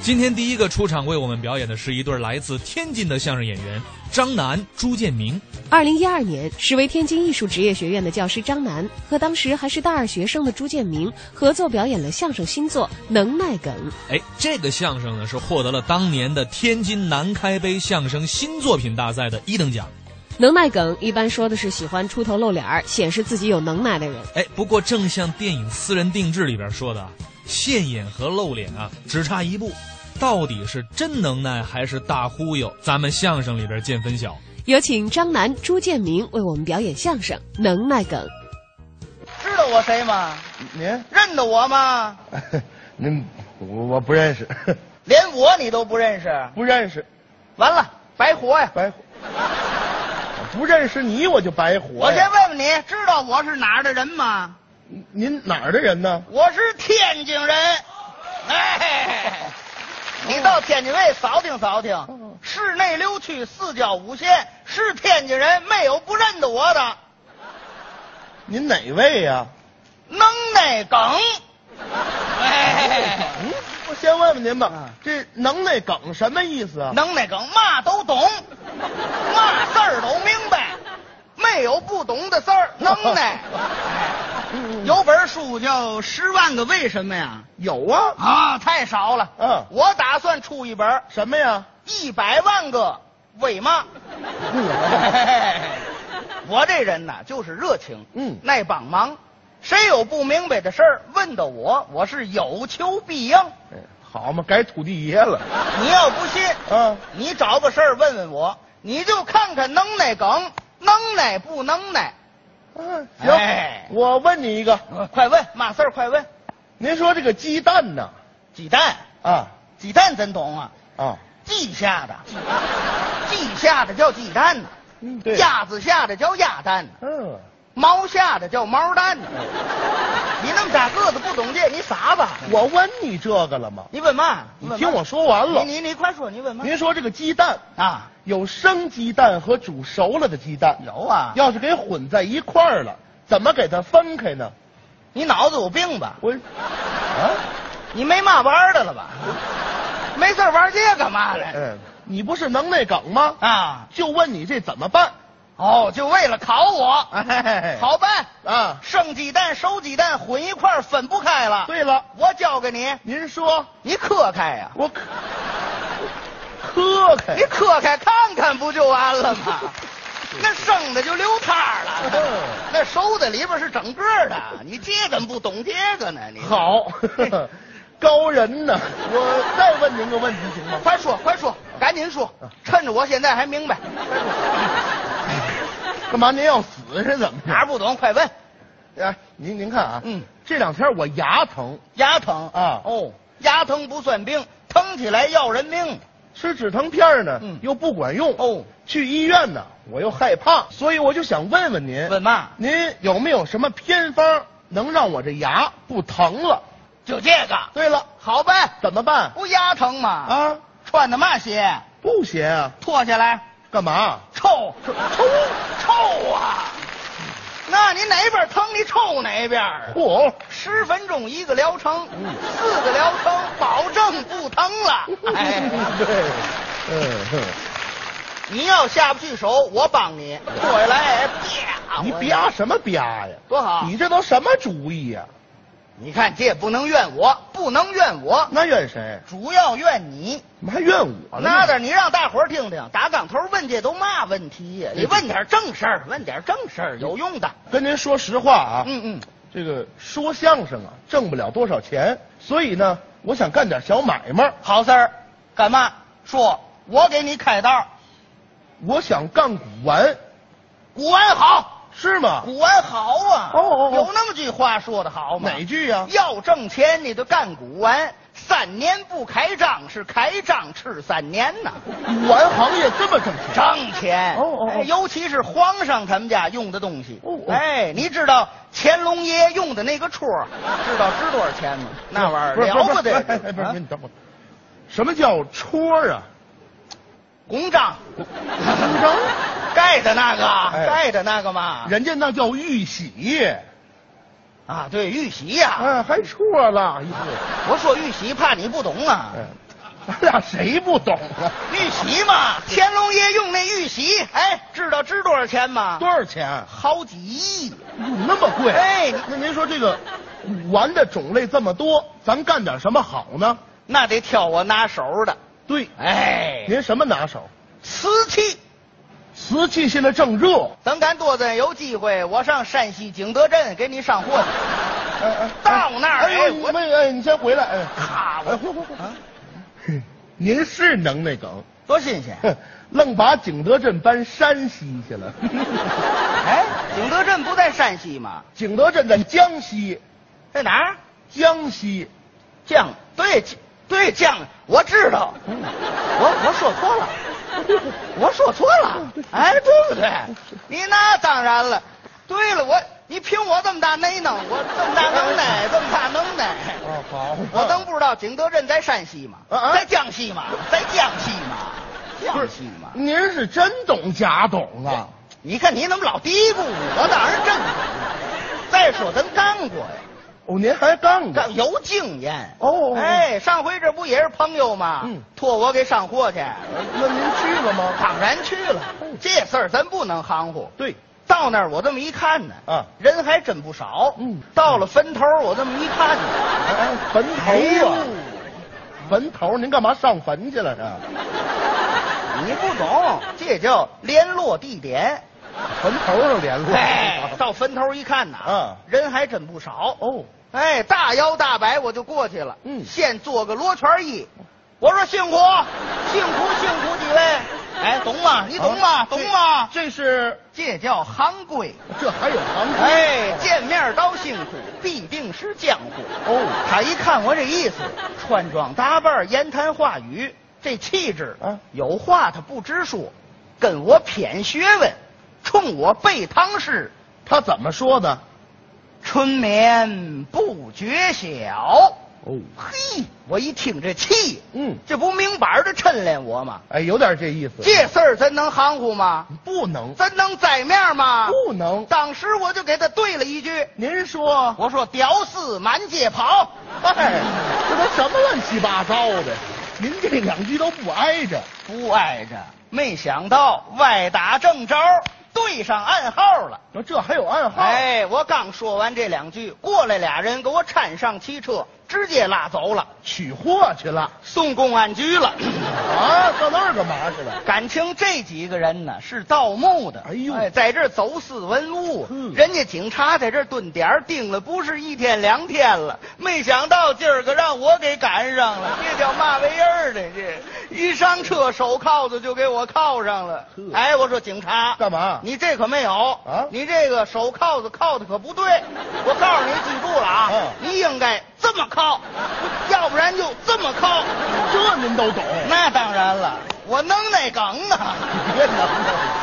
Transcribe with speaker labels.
Speaker 1: 今天第一个出场为我们表演的是一对来自天津的相声演员张楠、朱建明。
Speaker 2: 二零一二年，时为天津艺术职业学院的教师张楠和当时还是大二学生的朱建明合作表演了相声新作《能耐梗》。
Speaker 1: 哎，这个相声呢是获得了当年的天津南开杯相声新作品大赛的一等奖。
Speaker 2: 能耐梗一般说的是喜欢出头露脸儿、显示自己有能耐的人。
Speaker 1: 哎，不过正像电影《私人定制》里边说的，现眼和露脸啊只差一步，到底是真能耐还是大忽悠，咱们相声里边见分晓。
Speaker 2: 有请张楠、朱建明为我们表演相声《能耐梗》。
Speaker 3: 知道我谁吗？
Speaker 4: 您，
Speaker 3: 认得我吗？
Speaker 4: 您，我我不认识，
Speaker 3: 连我你都不认识，
Speaker 4: 不认识，
Speaker 3: 完了，白活呀！
Speaker 4: 白活，不认识你我就白活
Speaker 3: 我
Speaker 4: 呀。
Speaker 3: 先问问你，知道我是哪儿的人吗？
Speaker 4: 您您哪儿的人呢？
Speaker 3: 我是天津人。哎，你到天津卫扫听扫听，市内溜去四郊五县，是天津人，没有不认得我的。
Speaker 4: 您哪位 呀、
Speaker 3: 能耐梗。哎，
Speaker 4: 嗯，我先问问您吧，这能耐梗什么意思啊？
Speaker 3: 能耐梗嘛都懂，嘛事儿都明白，没有不懂的事儿。能耐， 有本书叫《十万个为什么》呀？
Speaker 4: 有啊，
Speaker 3: 啊，太少了。
Speaker 4: 嗯
Speaker 3: 我打算出一本《
Speaker 4: 什么呀？
Speaker 3: 一百万个为 嘛》。我这人呐，就是热情，
Speaker 4: 嗯
Speaker 3: 爱帮忙。谁有不明白的事儿，问到我，我是有求必应。
Speaker 4: 哎好嘛，改土地爷了。
Speaker 3: 你要不信，
Speaker 4: 啊
Speaker 3: 你找个事儿问问我，你就看看能耐梗，能耐不能耐？
Speaker 4: 嗯，行，
Speaker 3: 哎
Speaker 4: 我问你一个，
Speaker 3: 快问，嘛事儿快问。
Speaker 4: 您说这个鸡蛋呢？
Speaker 3: 鸡蛋，
Speaker 4: 啊
Speaker 3: 鸡蛋真懂啊？
Speaker 4: 啊，
Speaker 3: 鸡下的，鸡下的叫鸡蛋呢、
Speaker 4: 嗯对，
Speaker 3: 鸭子下的叫鸭蛋呢、
Speaker 4: 嗯，
Speaker 3: 毛下的叫毛蛋呢、你那么大个子不懂这，你傻吧？
Speaker 4: 我问你这个了吗？
Speaker 3: 你问嘛？
Speaker 4: 你
Speaker 3: 问嘛
Speaker 4: 听我说完了
Speaker 3: 你你你快说，你问嘛？
Speaker 4: 您说这个鸡蛋
Speaker 3: 啊，
Speaker 4: 有生鸡蛋和煮熟了的鸡蛋，
Speaker 3: 有啊，
Speaker 4: 要是给混在一块儿了，怎么给它分开呢？
Speaker 3: 你脑子有病吧？
Speaker 4: 我， 啊，
Speaker 3: 你没嘛玩儿的 了吧？没事儿玩这干嘛来？
Speaker 4: 嗯，你不是能耐梗吗？
Speaker 3: 啊，
Speaker 4: 就问你这怎么办？
Speaker 3: 哦，就为了考我，
Speaker 4: 哎
Speaker 3: 好办，
Speaker 4: 啊，
Speaker 3: 生鸡蛋、熟鸡蛋混一块儿分不开了。，
Speaker 4: 对了，
Speaker 3: 我教给你，
Speaker 4: 您说
Speaker 3: 你磕开呀、
Speaker 4: 我磕磕开
Speaker 3: 你，磕开看看不就完了吗？那生的就溜汤了
Speaker 4: 嗯，
Speaker 3: 那熟的里边是整个的，你这怎么不懂这个呢？你
Speaker 4: 好，高人呐！我再问您个问题行 吗？
Speaker 3: 快说快说，赶紧说，
Speaker 4: 嗯
Speaker 3: 趁着我现在还明白，
Speaker 4: 干嘛您要死是怎么
Speaker 3: 哪儿
Speaker 4: 着？
Speaker 3: 不懂快问。
Speaker 4: 哎，您您看啊，
Speaker 3: 嗯，
Speaker 4: 这两天我牙疼，
Speaker 3: 牙疼
Speaker 4: 啊
Speaker 3: 哦，牙疼不算病，疼起来要人命。
Speaker 4: 吃止疼片儿呢，
Speaker 3: 嗯
Speaker 4: 又不管用
Speaker 3: 哦
Speaker 4: 去医院呢，我又害怕，所以我就想问问您，
Speaker 3: 问嘛？
Speaker 4: 您有没有什么偏方能让我这牙不疼了？
Speaker 3: 就这个
Speaker 4: 对了，
Speaker 3: 好办，
Speaker 4: 怎么办？
Speaker 3: 不牙疼吗？，
Speaker 4: 啊，
Speaker 3: 穿的嘛鞋？
Speaker 4: 布鞋啊？
Speaker 3: 脱下来，
Speaker 4: 干嘛？
Speaker 3: 臭臭臭啊！那你哪边疼你抽哪边儿。
Speaker 4: 嚯，
Speaker 3: 十分钟一个疗程，四个疗程保证不疼了。哎，
Speaker 4: 对，嗯哼，
Speaker 3: 你要下不去手，我帮你脱下来，啪！
Speaker 4: 你
Speaker 3: 我
Speaker 4: 吧什么吧呀？
Speaker 3: 多好！
Speaker 4: 你这都什么主意呀、
Speaker 3: 你看，这也不能怨我，不能怨我，
Speaker 4: 那怨谁？
Speaker 3: 主要怨你。
Speaker 4: 怎么还怨我呢？
Speaker 3: 那的，你让大伙儿听听，打杠头问这都嘛问题呀？你问点正事儿，问点正事儿有用的。
Speaker 4: 跟您说实话啊，
Speaker 3: 嗯嗯，
Speaker 4: 这个说相声啊，挣不了多少钱，所以呢，我想干点小买卖，
Speaker 3: 好事儿，干嘛？说，我给你开道，
Speaker 4: 我想干古玩，
Speaker 3: 古玩好，
Speaker 4: 是吗？
Speaker 3: 古玩好啊。
Speaker 4: 哦哦哦
Speaker 3: 有那么句话说的好吗？
Speaker 4: 哪句啊呀、
Speaker 3: 要挣钱，你就干古玩。三年不开张，是开张吃三年呐。
Speaker 4: 古玩行业这么挣钱？
Speaker 3: 挣钱，
Speaker 4: 哦哦哦
Speaker 3: 哎尤其是皇上他们家用的东西。
Speaker 4: 哦哦
Speaker 3: 哎，你知道乾隆爷用的那个戳儿，知道值多少钱吗？那玩意
Speaker 4: 不
Speaker 3: 儿
Speaker 4: 是
Speaker 3: 了不得
Speaker 4: 不是不是哎哎不是
Speaker 3: 啊
Speaker 4: 您等会儿，什么叫 戳啊？
Speaker 3: 公章，
Speaker 4: 公章
Speaker 3: 盖的那个，
Speaker 4: 哎
Speaker 3: 盖的那个嘛。
Speaker 4: 人家那叫玉玺，啊
Speaker 3: 啊，
Speaker 4: 嗯
Speaker 3: 对，玉玺呀、
Speaker 4: 哎，还戳了，哎呦
Speaker 3: 我说玉玺，怕你不懂啊。
Speaker 4: 哎，咱俩谁不懂啊？
Speaker 3: 玉玺嘛，乾隆爷用那玉玺，哎，知道值多少钱吗？
Speaker 4: 多少钱？
Speaker 3: 好几亿。
Speaker 4: 怎么那么贵？
Speaker 3: 哎
Speaker 4: 那您说这个古玩的种类这么多，咱干点什么好呢？
Speaker 3: 那得挑我拿手的。
Speaker 4: 对，
Speaker 3: 哎，
Speaker 4: 您什么拿手？
Speaker 3: 瓷器，
Speaker 4: 瓷器现在正热，
Speaker 3: 咱赶多咱有机会，我上山西景德镇给你上 货去。
Speaker 4: 哎哎
Speaker 3: 到那儿
Speaker 4: 哎，
Speaker 3: 哎
Speaker 4: 你
Speaker 3: 我
Speaker 4: 们哎，你先回来，哎，
Speaker 3: 咔
Speaker 4: 哎，回回回啊！嘿您是能耐梗，
Speaker 3: 多新 鲜！
Speaker 4: 哼愣把景德镇搬山西去了。
Speaker 3: 哎，景德镇不在山西吗？
Speaker 4: 景德镇在江西，
Speaker 3: 在哪儿？
Speaker 4: 江西，
Speaker 3: 犟，对对犟，我知道，
Speaker 4: 嗯
Speaker 3: 我我说错了，我说错了，哎，对不对？你那当然了。对了，我你凭我这么大能耐，我这么大能耐，这么大能耐，
Speaker 4: 哎哦好
Speaker 3: 我能不知道景德镇在山西吗？
Speaker 4: 啊啊
Speaker 3: 在江西吗？在江西吗？江西吗？
Speaker 4: 您是真懂假懂啊？
Speaker 3: 你看你怎么老嘀咕我？我当然真懂。再说咱干过呀。
Speaker 4: 哦，您还干过
Speaker 3: 这？有经验
Speaker 4: 哦
Speaker 3: 哎，上回这不也是朋友吗？
Speaker 4: 嗯
Speaker 3: 托我给上货去，
Speaker 4: 那您去了吗？
Speaker 3: 当然去了。
Speaker 4: 哦
Speaker 3: 这事儿咱不能含糊。
Speaker 4: 对，
Speaker 3: 到那儿我这么一看呢，
Speaker 4: 啊
Speaker 3: 人还真不少。
Speaker 4: 嗯
Speaker 3: 到了坟头我这么一看呢，
Speaker 4: 哎哎，坟
Speaker 3: 哎
Speaker 4: 头
Speaker 3: 呦
Speaker 4: 啊，，坟头，您干嘛上坟去了啊？
Speaker 3: 你不懂，这叫联络地点。
Speaker 4: 坟头上联络。
Speaker 3: 哎，到坟头一看呐，
Speaker 4: 嗯
Speaker 3: 人还真不少。
Speaker 4: 哦，
Speaker 3: 哎，大摇大摆我就过去了。
Speaker 4: 嗯
Speaker 3: 先做个罗圈揖，我说辛苦，辛苦辛苦几位。哎，懂吗？你懂吗？
Speaker 4: 啊
Speaker 3: 懂吗？
Speaker 4: 这这是
Speaker 3: 这叫行规。
Speaker 4: 这还有行规？
Speaker 3: 哎，见面道辛苦，必定是江湖。
Speaker 4: 哦，
Speaker 3: 他一看我这意思，穿装打扮、言谈话语，这气质，
Speaker 4: 啊
Speaker 3: 有话他不直说，跟我谝学问，冲我背唐诗，
Speaker 4: 他怎么说的？
Speaker 3: 春眠不觉晓。
Speaker 4: 哦，
Speaker 3: 嘿，我一听这气，
Speaker 4: 嗯，
Speaker 3: 这不明摆着抻练我吗？
Speaker 4: 哎，有点这意思。
Speaker 3: 这事儿咱能含糊吗？
Speaker 4: 不能，
Speaker 3: 咱能栽面吗？
Speaker 4: 不能。
Speaker 3: 当时我就给他对了一句，
Speaker 4: 您说，
Speaker 3: 我说：“屌丝满街跑。”
Speaker 4: 哎
Speaker 3: 哎，，
Speaker 4: 这都什么乱七八糟的？您这两句都不挨着。
Speaker 3: 不挨着。没想到歪打正着，对上暗号了。
Speaker 4: 那这还有暗号？，
Speaker 3: 哎，我刚说完这两句，过来俩人给我搀上汽车，直接拉走了，
Speaker 4: 取货去了
Speaker 3: 送公安局了。
Speaker 4: 啊？到那儿干嘛去了？
Speaker 3: 感情这几个人呢是盗墓的，
Speaker 4: 哎呦
Speaker 3: 在这儿走私文物，
Speaker 4: 嗯
Speaker 3: 人家警察在这儿蹲点儿盯了不是一天两天了，没想到今儿个让我给赶上了，这叫嘛玩意儿呢？这一上车手铐子就给我铐上了
Speaker 4: 呵，
Speaker 3: 哎，我说警察
Speaker 4: 干嘛
Speaker 3: 你这可没有啊
Speaker 4: 啊
Speaker 3: 你这个手铐子铐的可不对，我告诉你记住了啊，
Speaker 4: 嗯
Speaker 3: 你应该这么铐，要不然就这么铐。
Speaker 4: 哎这您都懂？
Speaker 3: 那当然了，我能耐梗啊。
Speaker 4: 别能了。